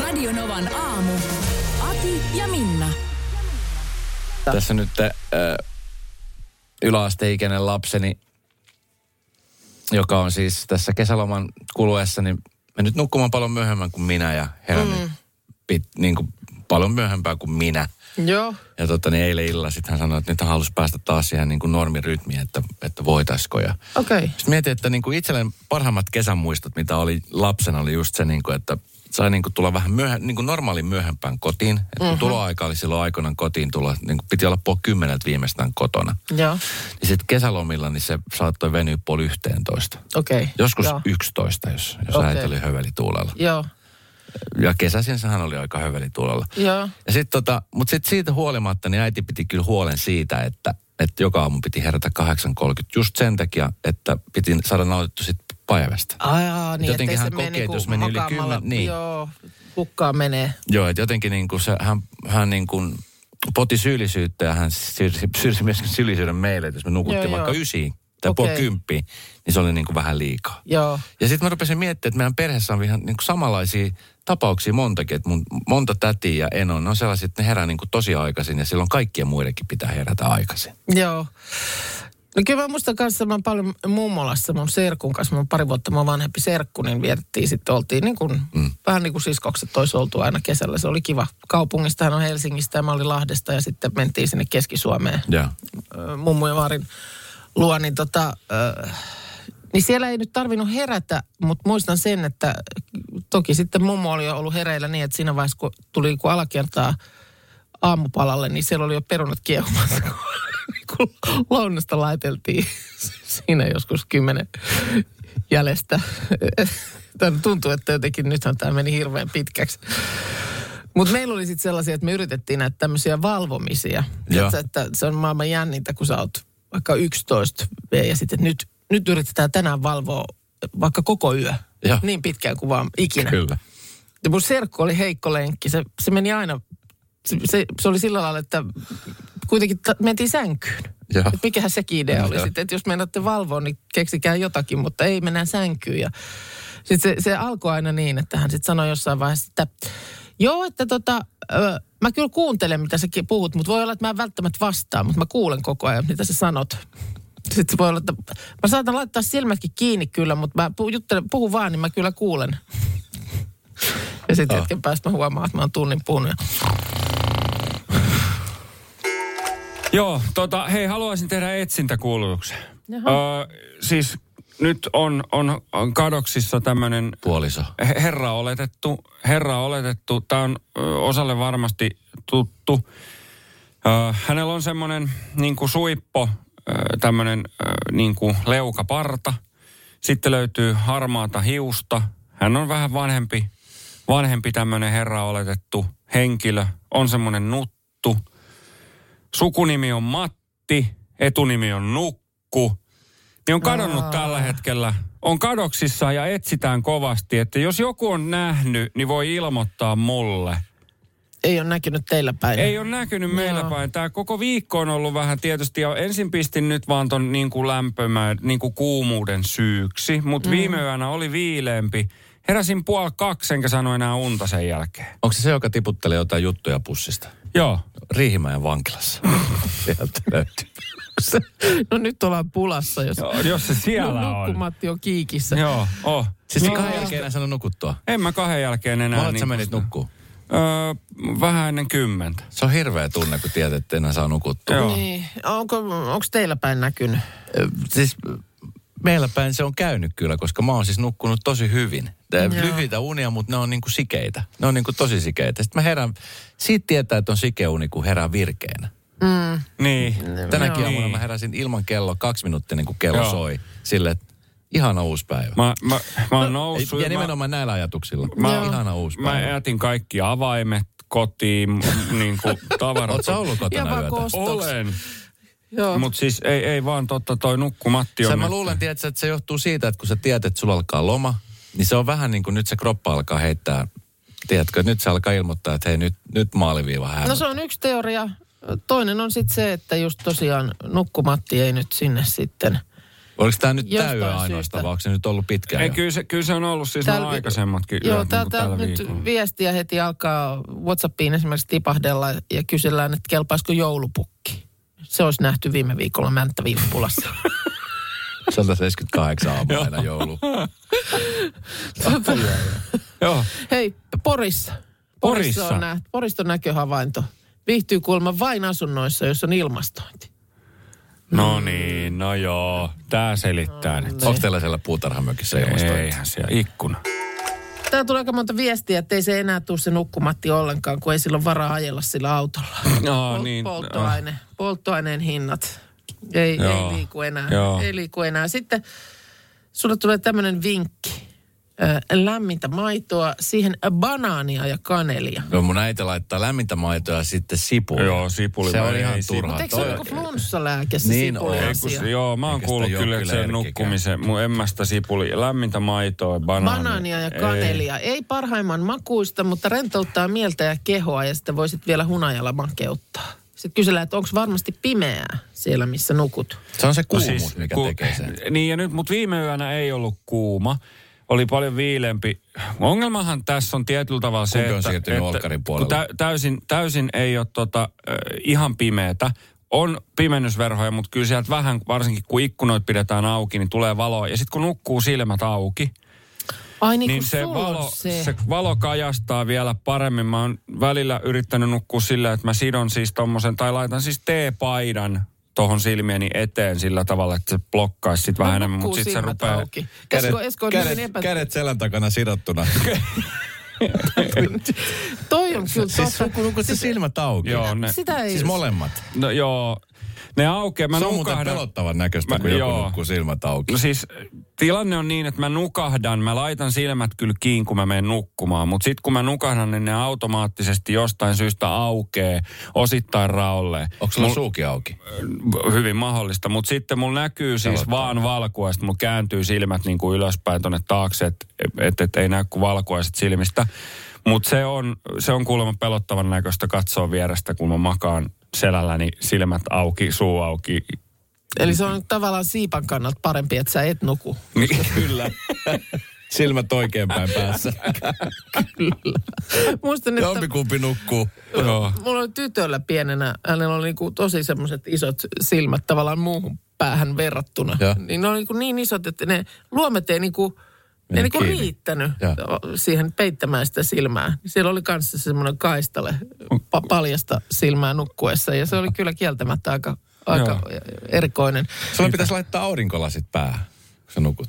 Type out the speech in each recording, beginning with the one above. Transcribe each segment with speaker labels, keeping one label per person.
Speaker 1: Radionovan aamu. Ati ja Minna.
Speaker 2: Tässä nyt äh, yläasteikäinen lapseni, joka on siis tässä kesäloman kuluessa, niin mennyt nukkumaan paljon myöhemmän kuin minä ja herännyt mm. pit, niin kuin paljon myöhempään kuin minä.
Speaker 3: Joo.
Speaker 2: Ja tota, niin eilen illalla sitten hän sanoi, että nyt hän halusi päästä taas siihen niin kuin normirytmiin, että, että voitaisiko. Ja
Speaker 3: Okei. Okay.
Speaker 2: sitten mietin, että niin kuin itselleen parhaimmat kesämuistot, mitä oli lapsena, oli just se, niin kuin, että sai niin kuin tulla vähän myöhä, niin kuin normaalin myöhempään kotiin. Että
Speaker 3: Mhm.
Speaker 2: mm-hmm. tuloaika oli silloin aikoinaan kotiin tulla, niin kuin piti olla puoli kymmeneltä viimeistään kotona.
Speaker 3: Joo.
Speaker 2: Ja sitten kesälomilla niin se saattoi venyä puoli yhteentoista.
Speaker 3: Okei.
Speaker 2: Joskus
Speaker 3: Joo.
Speaker 2: 11, jos, jos
Speaker 3: Okei.
Speaker 2: äiti oli hövelituulella.
Speaker 3: Joo.
Speaker 2: Ja kesäisin sehän oli aika hövelituulella.
Speaker 3: Joo.
Speaker 2: Ja sit tota, mutta sitten siitä huolimatta, niin äiti piti kyllä huolen siitä, että, että joka aamu piti herätä 8.30 just sen takia, että piti saada nautittu sit päivästä.
Speaker 3: Ai, jaa, niin,
Speaker 2: Jotenkin
Speaker 3: ettei
Speaker 2: hän
Speaker 3: se mene
Speaker 2: kokee,
Speaker 3: niinku
Speaker 2: että jos meni yli
Speaker 3: makaamalla-
Speaker 2: kymmen- niin.
Speaker 3: Joo, hukkaan menee.
Speaker 2: Joo, että jotenkin niin kuin se, hän, hän niin kuin poti syyllisyyttä ja hän syrsi, syrsi myöskin syyllisyyden meille, että jos me nukuttiin
Speaker 3: Joo,
Speaker 2: joo, vaikka
Speaker 3: joo.
Speaker 2: joo. ysiin tai
Speaker 3: Okei.
Speaker 2: okay. puoli kymppiin, niin se oli niin kuin vähän liikaa.
Speaker 3: Joo.
Speaker 2: Ja sitten mä rupesin miettimään, että meidän perheessä on ihan niin kuin samanlaisia tapauksia montakin, että mun, monta tätiä ja eno, ne on sellaisia, että ne herää niin kuin tosi aikaisin ja silloin kaikkien muidenkin pitää herätä aikaisin.
Speaker 3: Joo. No kyllä mä muistan kanssa, mä paljon mummolassa mun serkun kanssa, mun pari vuotta mä vanhempi serkku, niin vietettiin sitten, oltiin niin kuin, mm. vähän niin kuin siskokset olisi oltu aina kesällä. Se oli kiva. Kaupungista hän on Helsingistä ja mä olin Lahdesta ja sitten mentiin sinne Keski-Suomeen
Speaker 2: Joo.
Speaker 3: ö, mummu ja vaarin luo, niin tota, ö, niin siellä ei nyt tarvinnut herätä, mutta muistan sen, että toki sitten mummo oli jo ollut hereillä niin, että siinä vaiheessa kun tuli kun alakertaa aamupalalle, niin siellä oli jo perunat kiehumassa, kun- kun lounasta laiteltiin siinä joskus kymmenen jäljestä. Tämä tuntuu, että jotenkin nythän tämä meni hirveän pitkäksi. Mutta meillä oli sitten sellaisia, että me yritettiin näitä tämmöisiä valvomisia.
Speaker 2: Joo.
Speaker 3: Tiedätkö, että se on maailman jännintä, kun sä oot vaikka 11 V ja sitten että nyt, nyt yritetään tänään valvoa vaikka koko yö.
Speaker 2: Joo.
Speaker 3: Niin pitkään kuin vaan ikinä.
Speaker 2: Kyllä.
Speaker 3: Ja mun serkku oli heikko lenkki. Se, se meni aina, se, se, se oli sillä lailla, että kuitenkin ta, mentiin sänkyyn.
Speaker 2: Joo.
Speaker 3: Et mikähän sekin idea oli
Speaker 2: Joo.
Speaker 3: sitten, että jos meinaatte valvoa, niin keksikää jotakin, mutta ei, mennään sänkyyn. Ja sitten se, se alkoi aina niin, että hän sitten sanoi jossain vaiheessa, että joo, että tota, ö, mä kyllä kuuntelen, mitä säkin puhut, mutta voi olla, että mä en välttämättä vastaa, mutta mä kuulen koko ajan, mitä sä sanot. Sitten se voi olla, että mä saatan laittaa silmätkin kiinni kyllä, mutta mä pu- juttelen, puhun vaan, niin mä kyllä kuulen. Ja sitten
Speaker 2: Joo.
Speaker 3: hetken päästä mä huomaan, että mä oon tunnin puhunut. ja-
Speaker 4: Joo, tota, hei, haluaisin tehdä etsintäkuulutuksen. Öö, siis nyt on, on, on kadoksissa tämmöinen
Speaker 2: Puoliso.
Speaker 4: herra oletettu. Herra oletettu. Tämä on ö, osalle varmasti tuttu. Ö, hänellä on semmoinen niin kuin suippo, tämmöinen niin kuin leukaparta. Sitten löytyy harmaata hiusta. Hän on vähän vanhempi, vanhempi tämmöinen herra oletettu henkilö. On semmoinen nuttu. Sukunimi on Matti, etunimi on Nukku niin on kadonnut Aa. tällä hetkellä. On kadoksissa ja etsitään kovasti, että jos joku on nähnyt, niin voi ilmoittaa mulle.
Speaker 3: Ei ole näkynyt teillä päin.
Speaker 4: Ei ole näkynyt meillä
Speaker 3: Joo.
Speaker 4: päin. Tämä koko viikko on ollut vähän tietysti, ja ensin pistin nyt vaan ton niin kuin lämpömään, niin kuin kuumuuden syyksi, mutta mm. viime yönä oli viileempi. Heräsin puoli kaksi, enkä sano enää unta sen jälkeen.
Speaker 2: Onko se se, joka tiputtelee jotain juttuja pussista?
Speaker 4: Joo.
Speaker 2: Riihimäen vankilassa. Sieltä löytyy.
Speaker 3: No nyt ollaan pulassa, jos
Speaker 4: Joo, Jos se siellä on.
Speaker 3: nukkumatti on kiikissä.
Speaker 4: Joo, oh.
Speaker 2: Siis no, kahden jälkeen enää saanut nukuttua.
Speaker 4: En mä kahden jälkeen enää. niin
Speaker 2: Monet sä menit
Speaker 4: kuin-
Speaker 2: nukkuun.
Speaker 4: Öö, vähän ennen kymmentä.
Speaker 2: Se on hirveä tunne, kun tiedät, että enää saa nukuttua.
Speaker 4: Joo.
Speaker 3: Niin. Onko, onko teillä päin näkynyt?
Speaker 2: Ö, siis meillä päin se on käynyt kyllä, koska mä oon siis nukkunut tosi hyvin. Tää
Speaker 3: Joo.
Speaker 2: Lyhyitä unia, mutta ne on niinku sikeitä. Ne on niinku tosi sikeitä. Sitten mä herään, siitä tietää, että on sikeuni, kun herään virkeänä.
Speaker 4: Niin.
Speaker 2: Tänäkin
Speaker 4: Joo.
Speaker 2: aamuna
Speaker 4: Niin.
Speaker 2: mä heräsin ilman kello kaksi minuuttia, niin kuin kello
Speaker 4: Joo.
Speaker 2: soi. Sille, että Ihana uusi päivä.
Speaker 4: Mä, mä, mä oon
Speaker 2: Ei,
Speaker 4: noussut.
Speaker 2: ja
Speaker 4: mä-
Speaker 2: nimenomaan näillä ajatuksilla.
Speaker 4: Mä-
Speaker 2: Mä, Ihana uusi
Speaker 4: Mä
Speaker 2: päivä.
Speaker 4: jätin kaikki avaimet kotiin, niin kuin tavarat.
Speaker 2: Oot sä ollut
Speaker 3: Ja
Speaker 2: kotona
Speaker 3: vaan
Speaker 2: yötä?
Speaker 3: koos-
Speaker 4: Olen,
Speaker 3: Joo.
Speaker 4: mutta siis ei, ei vaan totta toi nukkumatti on.
Speaker 2: Sen mä
Speaker 4: nyt-
Speaker 2: luulen, tiedätkö, että se johtuu siitä, että kun sä tiedät, että sulla alkaa loma, niin se on vähän niin kuin nyt se kroppa alkaa heittää, tiedätkö, että nyt se alkaa ilmoittaa, että hei nyt, nyt maaliviiva hämää.
Speaker 3: No se on yksi teoria. Toinen on sitten se, että just tosiaan nukkumatti ei nyt sinne sitten.
Speaker 4: Siis
Speaker 2: Oliko tämä nyt
Speaker 3: Jostain
Speaker 2: tää yö ainoastaan,
Speaker 3: syystä.
Speaker 2: vai onko se nyt ollut pitkään
Speaker 4: Ei,
Speaker 2: jo?
Speaker 4: kyllä, se, kyllä se on ollut siis
Speaker 3: Täällä
Speaker 4: nämä
Speaker 3: vi-
Speaker 4: aikaisemmatkin
Speaker 3: Joo,
Speaker 4: yöt,
Speaker 3: täältä
Speaker 4: niin tällä
Speaker 3: nyt
Speaker 4: viikolla.
Speaker 3: viestiä heti alkaa Whatsappiin esimerkiksi tipahdella ja kysellään, että kelpaisiko joulupukki. Se olisi nähty viime viikolla Mänttä Vimpulassa.
Speaker 2: Se on tässä 78 aamulla aina joulu.
Speaker 4: Joo,
Speaker 3: Hei, Porissa.
Speaker 4: Porissa.
Speaker 3: on, nähty, Porista on näköhavainto. Viihtyy kuulemma vain asunnoissa, jos on ilmastointi.
Speaker 4: no niin, no joo. Tää selittää nyt.
Speaker 2: Onko teillä siellä puutarhamökissä ilmastointi?
Speaker 4: Eihän siellä ikkuna.
Speaker 3: Täällä tulee aika monta viestiä, että ei se enää tule se nukkumatti ollenkaan, kun ei silloin varaa ajella sillä autolla.
Speaker 4: No
Speaker 3: Pol-
Speaker 4: niin.
Speaker 3: polttoaine, polttoaineen hinnat. Ei,
Speaker 4: Joo.
Speaker 3: ei liiku enää.
Speaker 4: Joo.
Speaker 3: Ei liiku enää. Sitten sulle tulee tämmöinen vinkki. Ö, Lämmintä maitoa, siihen banaania ja kanelia.
Speaker 2: No mun äiti laittaa lämmintä maitoa ja sitten sipulia.
Speaker 4: Joo, sipuli
Speaker 2: Se on
Speaker 4: vai
Speaker 2: ihan
Speaker 4: ei
Speaker 2: turhaa. Mutta
Speaker 3: Mutta eikö se ole joku flunssalääke se
Speaker 2: Niin
Speaker 3: sipuli
Speaker 2: on.
Speaker 4: Ei, kun,
Speaker 3: asia?
Speaker 4: se- joo, mä oon
Speaker 2: Eikä sitä
Speaker 4: kuullut
Speaker 2: juo
Speaker 4: kyllä, että
Speaker 2: kyllä
Speaker 4: sen
Speaker 2: erkkikään.
Speaker 4: nukkumisen, mun emmästä sipuli, lämmintä maitoa, banaania.
Speaker 3: Banaania ja
Speaker 4: Ei.
Speaker 3: kanelia. Ei. ei parhaimman makuista, mutta rentouttaa mieltä ja kehoa ja sitten voisit vielä hunajalla makeuttaa. Sitten kysellään, että onko varmasti pimeää siellä, missä nukut.
Speaker 2: Se on se
Speaker 4: No
Speaker 2: kuumuus, siis, mikä
Speaker 4: ku-
Speaker 2: tekee sen.
Speaker 4: Niin ja nyt, mutta viime yönä ei ollut kuuma. Oli paljon viilempi. Ongelmahan tässä on tietyllä tavalla se,
Speaker 2: Kumpi on
Speaker 4: että,
Speaker 2: siirtynyt olkkarin
Speaker 4: kun
Speaker 2: puolelle?
Speaker 4: tä- täysin, täysin ei ole tota, äh, ihan pimeätä. On pimennysverhoja, mutta kyllä sieltä vähän, varsinkin kun ikkunoit pidetään auki, niin tulee valoa. Ja sitten kun nukkuu silmät auki,
Speaker 3: Ai niin, niin
Speaker 4: niin, niin
Speaker 3: kuin se
Speaker 4: se,
Speaker 3: sulla on
Speaker 4: valo,
Speaker 3: se.
Speaker 4: se. se valo kajastaa vielä paremmin. Mä oon välillä yrittänyt nukkua sillä, että mä sidon siis tommosen, tai laitan siis T-paidan tohon silmieni eteen sillä tavalla, että se blokkaisi sit vähän enemmän, mutta sit se rupeaa...
Speaker 3: Kädet, Esko, Esko on kädet,
Speaker 2: kädet,
Speaker 3: niin epä...
Speaker 2: kädet selän takana sidottuna.
Speaker 3: Toi on kyllä
Speaker 2: siis
Speaker 3: totta.
Speaker 2: kun se silmät auki.
Speaker 4: Joo, ne,
Speaker 3: Sitä ei...
Speaker 2: Siis molemmat.
Speaker 4: no, joo, ne aukeaa. Mä
Speaker 2: se on muuten
Speaker 4: nukahdan-
Speaker 2: pelottavan näköistä,
Speaker 4: Mä-
Speaker 2: kun joku
Speaker 4: joo.
Speaker 2: nukkuu silmät auki.
Speaker 4: No siis tilanne on niin, että mä nukahdan, mä laitan silmät kyllä kiinni, kun mä menen nukkumaan, mutta sitten kun mä nukahdan, niin ne automaattisesti jostain syystä aukee osittain raolle.
Speaker 2: Onko sulla suukin auki?
Speaker 4: hyvin mahdollista, mutta sitten mulla näkyy siis
Speaker 2: Pelottaa.
Speaker 4: vaan valkuaiset, mulla kääntyy silmät niin kuin ylöspäin tonne taakse, että et, et ei näy kuin valkuaiset silmistä. Mutta se on, se on kuulemma pelottavan näköistä katsoa vierestä, kun mä makaan selälläni silmät auki, suu auki.
Speaker 3: Eli se on tavallaan siipan kannalta parempi, että sä et nuku.
Speaker 4: Niin, Kyllä.
Speaker 2: Silmät oikeinpäin päässä.
Speaker 3: Muistan, että
Speaker 2: Jompikumpi nukkuu.
Speaker 4: Joo.
Speaker 3: mulla oli tytöllä pienenä, hänellä oli niinku tosi semmoiset isot silmät tavallaan muuhun päähän verrattuna.
Speaker 2: Joo.
Speaker 3: Niin ne oli niinku niin isot, että ne luomet ei niinku, ne
Speaker 2: Meni
Speaker 3: niinku
Speaker 2: kiinni.
Speaker 3: riittänyt
Speaker 2: Joo.
Speaker 3: siihen peittämään sitä silmää. Siellä oli kanssa semmoinen kaistale pa- paljasta silmää nukkuessa ja se oli kyllä kieltämättä aika, aika erikoinen.
Speaker 2: Sulla pitäisi laittaa aurinkolasit päähän, kun sä nukut.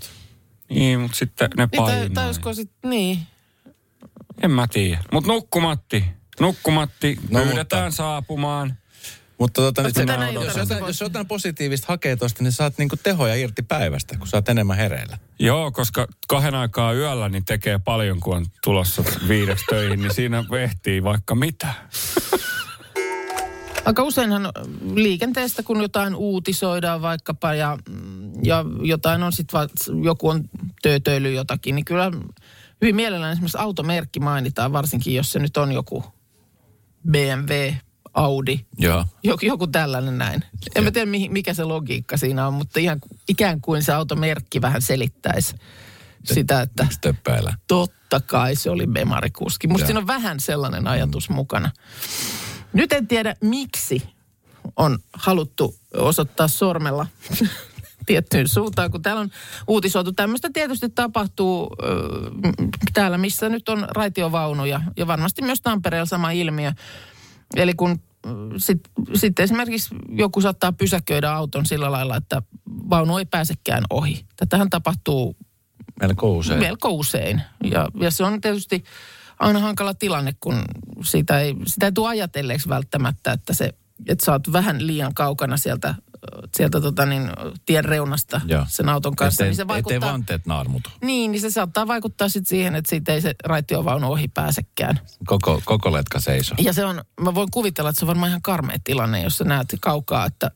Speaker 4: Niin, mutta sitten ne
Speaker 3: Niin, tai,
Speaker 4: painaa.
Speaker 3: tai olisiko sitten, niin.
Speaker 4: En mä tiedä. Mutta nukkumatti, nukkumatti,
Speaker 2: No,
Speaker 4: no, pyydetään
Speaker 2: mutta-
Speaker 4: saapumaan.
Speaker 2: Mutta tota, nyt,
Speaker 3: tänä iltana
Speaker 2: jos,
Speaker 3: se
Speaker 2: jotain,
Speaker 3: voisi-
Speaker 2: jos jotain positiivista hakee tosta, niin saat niinku tehoja irti päivästä, kun saat enemmän hereillä.
Speaker 4: Joo, koska kahden aikaa yöllä niin tekee paljon, kun on tulossa viideksi töihin, niin siinä vehtii vaikka mitä.
Speaker 3: Aika useinhan liikenteestä, kun jotain uutisoidaan vaikkapa ja, ja jotain on sitten, joku on töötöily jotakin, niin kyllä hyvin mielellään esimerkiksi automerkki mainitaan, varsinkin jos se nyt on joku BMW, Audi,
Speaker 2: Joo.
Speaker 3: joku, joku tällainen näin. En mä tiedä, mihin- mikä se logiikka siinä on, mutta ihan, ikään kuin se automerkki vähän selittäisi sitä, että
Speaker 2: Stöppäillä.
Speaker 3: Totta kai se oli Bemarikuski. Musta
Speaker 2: Joo.
Speaker 3: siinä on vähän sellainen ajatus mukana. Nyt en tiedä, miksi on haluttu osoittaa sormella tiettyyn suuntaan, kun täällä on uutisoitu. Tämmöistä tietysti tapahtuu ö, m- täällä, missä nyt on raitiovaunuja ja varmasti myös Tampereella sama ilmiö. Eli kun sitten sit esimerkiksi joku saattaa pysäköidä auton sillä lailla, että vaunu ei pääsekään ohi. Tätähän tapahtuu
Speaker 2: Melko usein.
Speaker 3: Melko usein. Ja, ja se on tietysti aina hankala tilanne, kun sitä ei, sitä ei tule ajatelleeksi välttämättä, että, se, että sä oot vähän liian kaukana sieltä sieltä tota niin, tien reunasta
Speaker 2: Joo.
Speaker 3: sen auton kanssa.
Speaker 2: Ettei-
Speaker 3: niin se
Speaker 2: Ettei
Speaker 3: vaikuttaa,
Speaker 2: vaan teet naarmutu.
Speaker 3: niin, niin se saattaa vaikuttaa sitten siihen, että siitä ei se raitiovaunu ohi pääsekään.
Speaker 2: Koko, koko letka seisoo.
Speaker 3: Ja se on, mä voin kuvitella, että se on varmaan ihan karmea tilanne, jos sä näet kaukaa, että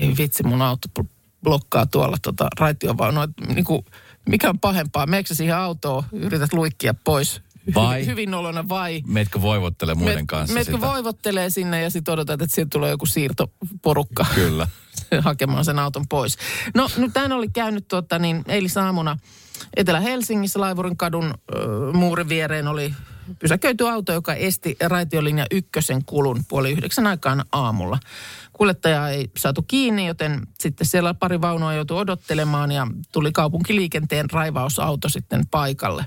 Speaker 3: hei vitsi, mun auto bl- blokkaa tuolla tota raitiovaunua. Niin kuin, mikä on pahempaa? Meekö sä siihen autoon, yrität luikkia pois?
Speaker 2: Vai?
Speaker 3: Hy- Hyvin olona vai?
Speaker 2: Meetkö voivottele muiden
Speaker 3: Met-
Speaker 2: kanssa
Speaker 3: metkö
Speaker 2: sitä?
Speaker 3: voivottelee sinne ja sitten odotat, että sieltä tulee joku siirtoporukka
Speaker 2: Kyllä.
Speaker 3: hakemaan sen auton pois. No nyt tämän oli käynyt tuota, niin eilisaamuna Etelä-Helsingissä Laivurin kadun ö, muurin viereen oli pysäköity auto, joka esti raitiolinja ykkösen kulun puoli yhdeksän aikaan aamulla. Kuljettaja ei saatu kiinni, joten sitten siellä pari vaunua joutui odottelemaan ja tuli kaupunkiliikenteen raivausauto sitten paikalle.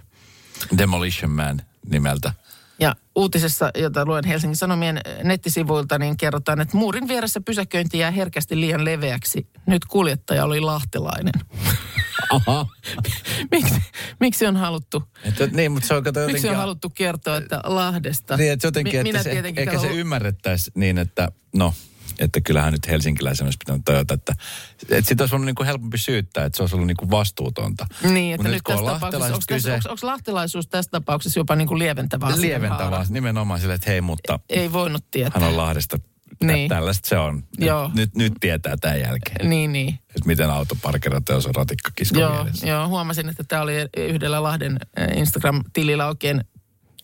Speaker 2: Demolition Man nimeltä.
Speaker 3: Ja uutisessa, jota luen Helsingin Sanomien nettisivuilta, niin kerrotaan, että muurin vieressä pysäköinti jää herkästi liian leveäksi. Nyt kuljettaja oli lahtelainen.
Speaker 2: Aha.
Speaker 3: Miksi, miksi on haluttu?
Speaker 2: Et, et, niin, mutta se on kato jotenkin...
Speaker 3: Miksi on haluttu kertoa, että Lahdesta?
Speaker 2: Niin, että jotenkin,
Speaker 3: Mi-
Speaker 2: että
Speaker 3: minä
Speaker 2: se,
Speaker 3: tietenkin
Speaker 2: ehkä se
Speaker 3: halu-
Speaker 2: ymmärrettäisiin niin, että no, että kyllähän nyt helsinkiläisen olisi pitänyt tajuta, että, että sitä olisi ollut niin kuin helpompi syyttää, että se olisi ollut niin kuin vastuutonta.
Speaker 3: Niin, että
Speaker 2: Mut
Speaker 3: nyt, nyt
Speaker 2: kun on
Speaker 3: tässä tapauksessa, onko,
Speaker 2: lahtelaisesta
Speaker 3: kyse... onko, onko lahtelaisuus tässä tapauksessa jopa niin kuin lieventävä asia?
Speaker 2: lieventävää, nimenomaan sille, että hei, mutta
Speaker 3: Ei voinut tietää.
Speaker 2: hän on Lahdesta.
Speaker 3: Niin.
Speaker 2: Niin. Tällaista se on. Nyt,
Speaker 3: Joo.
Speaker 2: nyt, nyt tietää tämän jälkeen,
Speaker 3: Niin, niin.
Speaker 2: että miten auto parkerataan, jos on ratikkakisko
Speaker 3: Joo,
Speaker 2: vieressä.
Speaker 3: joo, huomasin, että tämä oli yhdellä Lahden eh, Instagram-tilillä oikein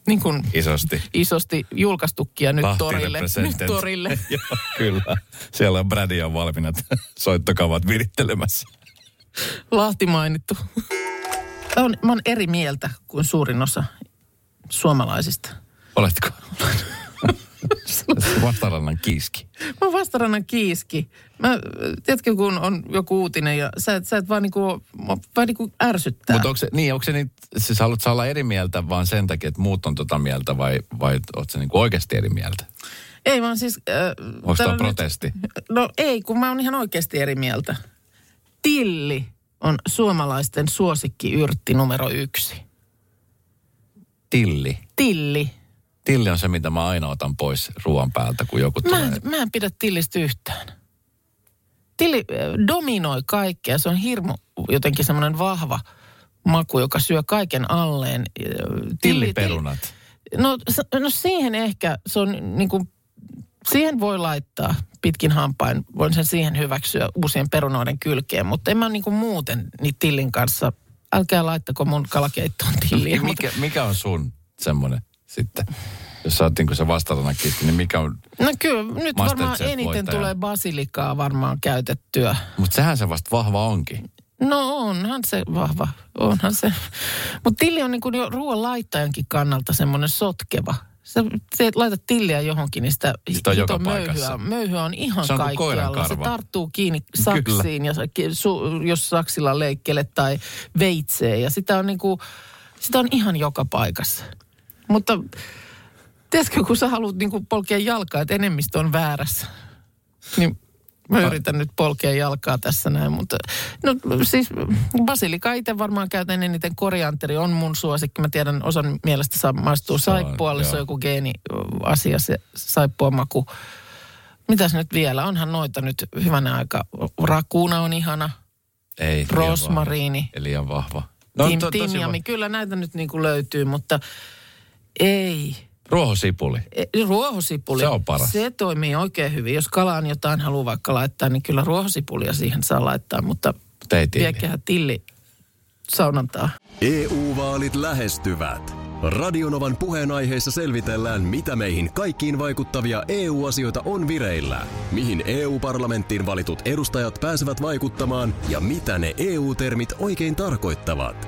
Speaker 3: niin kuin
Speaker 2: Isosti.
Speaker 3: isosti julkaistukia nyt
Speaker 2: Lahti
Speaker 3: torille. Nyt
Speaker 2: representants.
Speaker 3: torille.
Speaker 2: Joo, kyllä. Siellä on Brady on valmiina soittokavat virittelemässä.
Speaker 3: Lahti mainittu. Tää On, mä oon eri mieltä kuin suurin osa suomalaisista.
Speaker 2: Oletko? Vastarannan kiiski.
Speaker 3: Mä oon vastarannan kiiski. Mä, äh, tiedätkö, kun on joku uutinen ja sä et, sä et vaan niinku, mua vaan niinku ärsyttää.
Speaker 2: Mutta onko se, niin, onko se niin, siis haluat sä olla eri mieltä vaan sen takia, että muut on tota mieltä vai, vai oot sä niinku oikeasti eri mieltä?
Speaker 3: Ei vaan siis... Äh,
Speaker 2: Onko
Speaker 3: täällä
Speaker 2: tämä
Speaker 3: on
Speaker 2: protesti?
Speaker 3: Nyt, no ei, kun mä oon ihan oikeasti eri mieltä. Tilli on suomalaisten suosikkiyrtti numero yksi.
Speaker 2: Tilli.
Speaker 3: Tilli.
Speaker 2: Tilli on se, mitä mä aina otan pois ruoan päältä, kun joku
Speaker 3: Mä
Speaker 2: tulee.
Speaker 3: en, mä en pidä Tillistä yhtään. Tilli äh, dominoi kaikkea. Se on hirmu jotenkin semmoinen vahva maku, joka syö kaiken alleen. Äh, Tilli,
Speaker 2: Tilliperunat.
Speaker 3: tilli- No, s- no siihen ehkä se on niin kuin, siihen voi laittaa pitkin hampain. Voin sen siihen hyväksyä uusien perunoiden kylkeen, mutta en mä niin kuin muuten niin Tillin kanssa. Älkää laittako mun kalakeittoon tilliä. Mutta-
Speaker 2: Mikä, mikä on sun semmoinen sitten? Jos sä oot niinku se vastarannan kiiski, niin mikä on...
Speaker 3: No kyllä, nyt varmaan
Speaker 2: Masterchef-voittaja.
Speaker 3: eniten tulee basilikaa varmaan käytettyä.
Speaker 2: Mutta sehän se vasta vahva onkin.
Speaker 3: No onhan se vahva, onhan se. Mutta tilli on niinku jo ruoan laittajankin kannalta semmoinen sotkeva. Sä teet, laitat tilliä johonkin, niin sitä
Speaker 2: Sitä on
Speaker 3: hito
Speaker 2: joka
Speaker 3: möyhyä,
Speaker 2: paikassa.
Speaker 3: möyhyä on ihan
Speaker 2: Se on kuin
Speaker 3: kaikkialla.
Speaker 2: koiran
Speaker 3: Se
Speaker 2: karva.
Speaker 3: tarttuu kiinni saksiin, ja, sa- ki- su, jos saksilla leikkele tai veitsee. Ja sitä on, niinku, sitä on ihan joka paikassa. Mutta tiedätkö, kun sä haluat niinku polkea jalkaa, että enemmistö on väärässä. Niin mä yritän nyt polkea jalkaa tässä näin, mutta no siis basilika itse varmaan käytän eniten korianteri on mun suosikki. Mä tiedän, osan mielestä saa maistuu
Speaker 2: Se on,
Speaker 3: saippualle, se on
Speaker 2: joo.
Speaker 3: joku geeniasia se saippua maku. Mitäs nyt vielä? Onhan noita nyt hyvänä aika. Rakuuna on ihana,
Speaker 2: Ei. liian
Speaker 3: rosmariini,
Speaker 2: vahva. Ei liian vahva.
Speaker 3: no,
Speaker 2: to- tosi
Speaker 3: timjami. Kyllä näitä nyt niin kuin löytyy, mutta ei.
Speaker 2: vahva. Ruohosipuli.
Speaker 3: E- Ruohosipuli.
Speaker 2: Se on paras.
Speaker 3: Se toimii oikein hyvin. Jos kalaan jotain haluaa vaikka laittaa, niin kyllä ruohosipulia siihen saa laittaa, mutta
Speaker 2: Tei tilli.
Speaker 3: viekähän tilli saunantaa.
Speaker 5: EU-vaalit E lähestyvät. Radionovan puheenaiheessa selvitellään, mitä meihin kaikkiin vaikuttavia EU-asioita on vireillä, mihin EU-parlamenttiin valitut edustajat pääsevät vaikuttamaan ja mitä ne EU-termit oikein tarkoittavat.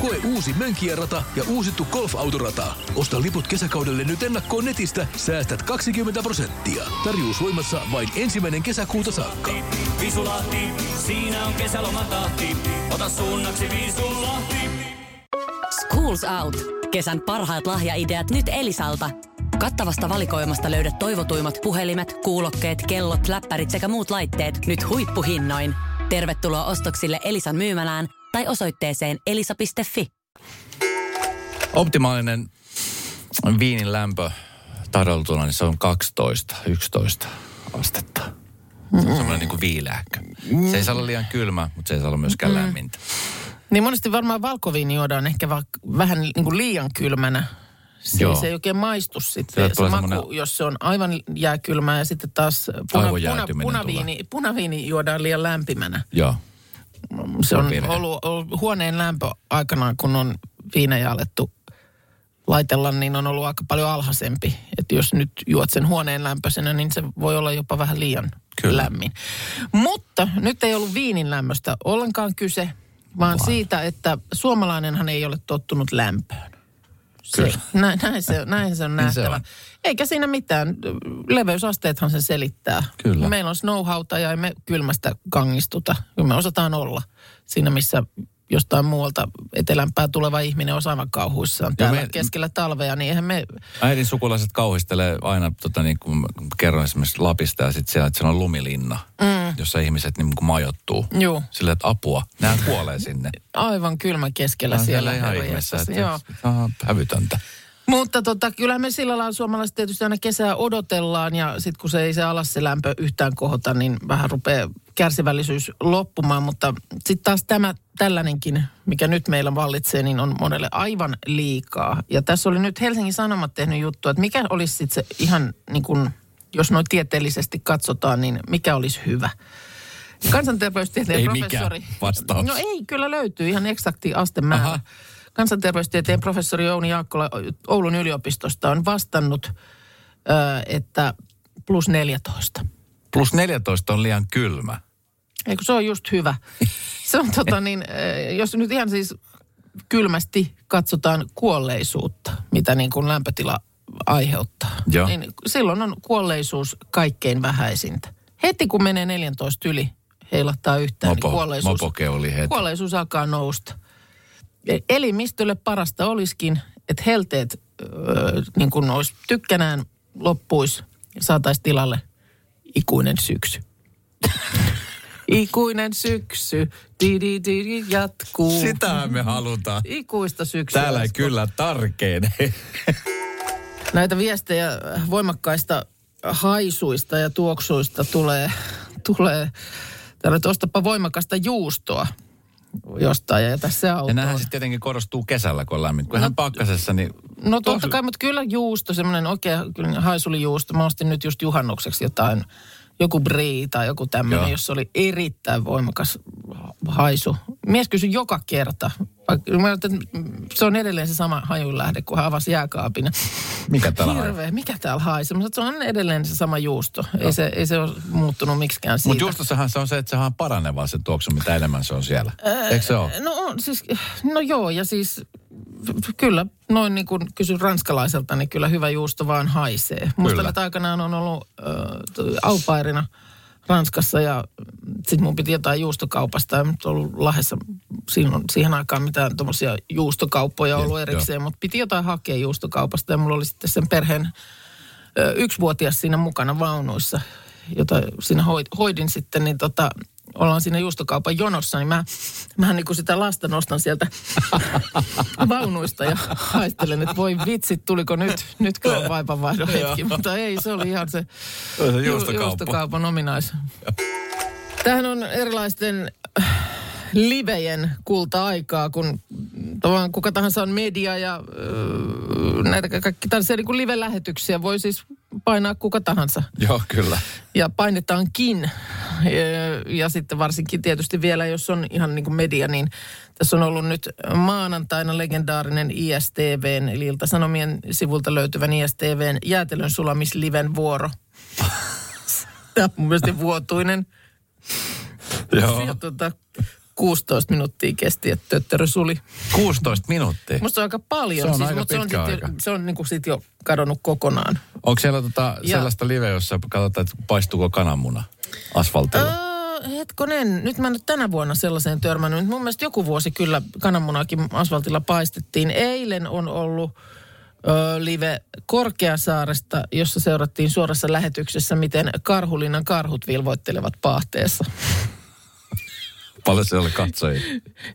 Speaker 6: Koe uusi Mönkijärata ja uusittu golfautorata. Osta liput kesäkaudelle nyt ennakkoon netistä. Säästät 20 prosenttia. Tarjous voimassa vain ensimmäinen kesäkuuta saakka.
Speaker 7: Visulahti, siinä on kesälomatahti. Ota suunnaksi Visulahti.
Speaker 8: Schools Out. Kesän parhaat lahjaideat nyt Elisalta.
Speaker 1: Kattavasta valikoimasta löydät toivotuimmat puhelimet, kuulokkeet, kellot, läppärit sekä muut laitteet nyt huippuhinnoin. Tervetuloa ostoksille Elisan myymälään tai osoitteeseen elisa.fi.
Speaker 2: Optimaalinen viinin lämpö tarjoltuna, niin se on 12, 11 astetta. Se on
Speaker 3: Mm.
Speaker 2: semmoinen niin kuin viileäkkö. Se ei saa olla liian kylmä, mutta se ei saa olla myöskään
Speaker 3: Mm.
Speaker 2: lämmintä.
Speaker 3: Niin monesti varmaan valkoviini juodaan ehkä va- vähän niin kuin liian kylmänä. Se,
Speaker 2: Joo.
Speaker 3: se ei oikein maistu sitten
Speaker 2: Sieltä
Speaker 3: se,
Speaker 2: tulee
Speaker 3: maku,
Speaker 2: semmoinen-
Speaker 3: jos se on aivan jääkylmää ja sitten taas puna, puna,
Speaker 2: Aivojäätyminen
Speaker 3: punaviini, punaviini juodaan liian lämpimänä.
Speaker 2: Joo.
Speaker 3: Se on
Speaker 2: virhe.
Speaker 3: ollut, ollut huoneen lämpö aikanaan, kun on viinejä alettu laitella, niin on ollut aika paljon alhaisempi. Että jos nyt juot sen huoneen lämpöisenä, niin se voi olla jopa vähän liian
Speaker 2: Kyllä.
Speaker 3: Kyllä. lämmin. Mutta nyt ei ollut viinin lämmöstä ollenkaan kyse, vaan Vaan. siitä, että suomalainenhan ei ole tottunut lämpöön. Se,
Speaker 2: Kyllä.
Speaker 3: näin, näin, se, näin se on
Speaker 2: Niin se
Speaker 3: nähtävä.
Speaker 2: on.
Speaker 3: Eikä siinä mitään. Leveysasteethan se selittää.
Speaker 2: Kyllä.
Speaker 3: Meillä on snowhauta ja emme kylmästä kangistuta. Kyllä me osataan olla siinä, missä jostain muualta etelämpää tuleva ihminen on aivan kauhuissaan täällä
Speaker 2: me-
Speaker 3: me... keskellä talvea, niin eihän me...
Speaker 2: Äidin sukulaiset kauhistelee aina, tota, niin kuin mä kerron esimerkiksi Lapista ja sitten siellä, että siellä on lumilinna, mm. jossa ihmiset niin kuin majoittuu.
Speaker 3: Juu,
Speaker 2: Silleen, että apua, nämä kuolee sinne.
Speaker 3: aivan kylmä keskellä
Speaker 2: Tää on
Speaker 3: siellä.
Speaker 2: ihan
Speaker 3: herra
Speaker 2: ihmeessä,
Speaker 3: jestas.
Speaker 2: että
Speaker 3: Joo.
Speaker 2: tää on hävytöntä.
Speaker 3: Mutta tota, kyllä me sillä lailla suomalaiset tietysti aina kesää odotellaan ja sitten kun se ei se alas se lämpö yhtään kohota, niin vähän rupeaa kärsivällisyys loppumaan. Mutta sitten taas tämä tällainenkin, mikä nyt meillä vallitsee, niin on monelle aivan liikaa. Ja tässä oli nyt Helsingin Sanomat tehnyt juttu, että mikä olisi sitten se ihan niin kuin, jos noin tieteellisesti katsotaan, niin mikä olisi hyvä. Kansanterveystieteen
Speaker 2: Ei mikään
Speaker 3: professori.
Speaker 2: vastaus.
Speaker 3: No ei, kyllä löytyy ihan eksakti astemäärä.
Speaker 2: Aha.
Speaker 3: Kansanterveystieteen professori Jouni Jaakkola Oulun yliopistosta on vastannut, ö, että plus 14.
Speaker 2: Plus 14 on liian kylmä.
Speaker 3: Eikö se on just hyvä? Se on tota niin, ö, jos nyt ihan siis kylmästi katsotaan kuolleisuutta, mitä niin kuin lämpötila aiheuttaa.
Speaker 2: Joo.
Speaker 3: Niin silloin on kuolleisuus kaikkein vähäisintä. Heti kun menee 14 yli, heilahtaa yhtään,
Speaker 2: Mopo,
Speaker 3: niin kuolleisuus
Speaker 2: mopokeuli heti.
Speaker 3: kuolleisuus alkaa nousta. E- Elimistölle parasta olisikin, että helteet öö, niin kuin olisi tykkänään loppuisi ja saataisiin tilalle ikuinen syksy. ikuinen syksy, di, di, di, di, jatkuu.
Speaker 2: Sitä me halutaan.
Speaker 3: Ikuista syksyä.
Speaker 2: Täällä ei kyllä tarkeen.
Speaker 3: Näitä viestejä voimakkaista haisuista ja tuoksuista tulee, tulee täällä, että ostapa voimakasta juustoa jostain ja tässä
Speaker 2: Ja
Speaker 3: autoon.
Speaker 2: nämähän sitten tietenkin korostuu kesällä, kun on lämmin. Kun no, pakkasessa, niin
Speaker 3: No totta kai, mutta kyllä juusto, semmoinen oikea kyllä haisulijuusto. Mä ostin nyt just juhannukseksi jotain, joku brie tai joku
Speaker 2: Joo.
Speaker 3: tämmöinen, jossa oli erittäin voimakas haisu. Mies kysyi joka kerta. Vaikka- Mä ajattelin, että se on edelleen se sama hajunlähde, kun hän avasi jääkaapin.
Speaker 2: mikä täällä on?
Speaker 3: Hirveä, mikä täällä haisee? Mä sanoin, että se on edelleen se sama juusto. Ei se, ei se ole muuttunut miksikään siitä.
Speaker 2: Mutta juustossahan se on se, että sehän on paranevaa se tuoksu, mitä enemmän se on siellä. Eikö se ole?
Speaker 3: No on, siis, no joo, ja siis kyllä, noin niin kuin kysyn ranskalaiselta, niin kyllä hyvä juusto vaan haisee.
Speaker 2: Kyllä.
Speaker 3: Muistan, että aikanaan on ollut äh, t- aupairina Ranskassa ja sitten mun piti jotain juustokaupasta. En nyt ollut Lahdessa silloin, siihen aikaan mitään tuommoisia juustokauppoja ollut
Speaker 2: Niin, Joo.
Speaker 3: erikseen, mutta piti jotain hakea juustokaupasta ja mulla oli sitten sen perheen ö, yksivuotias siinä mukana vaunuissa, jota siinä hoid, hoidin sitten, niin tota, ollaan siinä juustokaupan jonossa, niin mä, mähän niin kuin sitä lasta nostan sieltä vaunuista ja haistelen, että voi vitsit, tuliko nyt, nyt kun on vaipanvaihdon hetki, mutta ei, se oli ihan se,
Speaker 2: Se
Speaker 3: ju- juustokaupan ominais. Tämähän on erilaisten livejen kulta-aikaa, kun tavallaan kuka tahansa on media ja öö, näitä ka- kaikki tällaisia niin kuin live-lähetyksiä voi siis painaa kuka tahansa.
Speaker 2: Joo, kyllä.
Speaker 3: Ja painetaankin. Öö, Ja sitten varsinkin tietysti vielä, jos on ihan niin kuin media, niin tässä on ollut nyt maanantaina legendaarinen ISTVn, eli Ilta-Sanomien sivulta löytyvän ISTVn jäätelön sulamisliven vuoro. Tämä on mun mielestä vuotuinen. Ja
Speaker 2: Joo.
Speaker 3: tuota, 16 minuuttia kesti, että töttörö suli.
Speaker 2: 16 minuuttia.
Speaker 3: Musta se on aika paljon.
Speaker 2: Se on aika
Speaker 3: mutta
Speaker 2: pitkä
Speaker 3: se on, sit jo-
Speaker 2: aika.
Speaker 3: se on niinku sit jo kadonnut kokonaan.
Speaker 2: Onko siellä tota
Speaker 3: Ja-
Speaker 2: sellaista live, jossa katsotaan, että paistuuko kananmuna asfaltilla?
Speaker 3: Öö, hetkonen, nyt mä en nyt tänä vuonna sellaiseen törmännyt. Mun mielestä joku vuosi kyllä kananmunaakin asfaltilla paistettiin. Eilen on ollut ö, live Korkeasaaresta, jossa seurattiin suorassa lähetyksessä, miten Karhulinnan karhut vilvoittelevat paahteessa.
Speaker 2: Paljon siellä katsoi.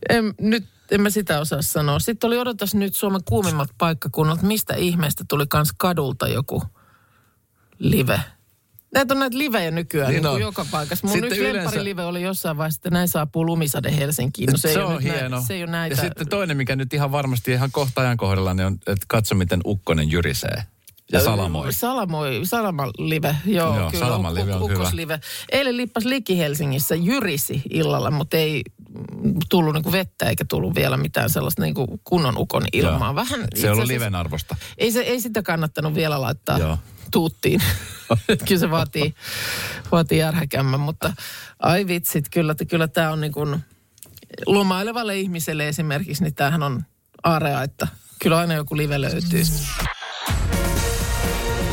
Speaker 3: En, nyt en mä sitä osaa sanoa. Sitten oli odotas nyt Suomen kuumimmat paikkakunnat. Mistä ihmeestä tuli kans kadulta joku live? Näitä on näitä livejä nykyään
Speaker 2: Niin
Speaker 3: niin
Speaker 2: on.
Speaker 3: kuin joka paikassa. Mun
Speaker 2: Sitten
Speaker 3: yksi
Speaker 2: yleensä-
Speaker 3: yleensä... live oli jossain vaiheessa, että näin saapuu lumisade Helsinkiin. No, se,
Speaker 2: se
Speaker 3: ei ole
Speaker 2: on
Speaker 3: nyt
Speaker 2: hieno.
Speaker 3: Näitä, se ei ole näitä.
Speaker 2: Ja sitten toinen, mikä nyt ihan varmasti ihan kohta ajankohdalla, niin on, että katso miten ukkonen jyrisee ja salamoi.
Speaker 3: Salamoi, Salamalive, joo,
Speaker 2: Joo,
Speaker 3: joo kyllä.
Speaker 2: Salamalive on hyvä.
Speaker 3: ukkoslive. Eilen lippas liki Helsingissä, jyrisi illalla, mutta ei mm, tullut niinku vettä eikä tullut vielä mitään sellaista niinku kunnon ukon ilmaa.
Speaker 2: Joo.
Speaker 3: Vähän itse
Speaker 2: Se on ollut
Speaker 3: asiassa-
Speaker 2: liven arvosta.
Speaker 3: Ei, se, ei sitä kannattanut vielä laittaa
Speaker 2: Joo.
Speaker 3: Joo. tuuttiin. kyllä se vaatii, vaatii järhäkämmän, mutta ai vitsit, kyllä, kyllä tämä on niin kuin lomailevalle ihmiselle esimerkiksi, niin tämähän on area, että kyllä aina joku live löytyy.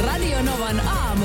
Speaker 8: Radio Novan aamu.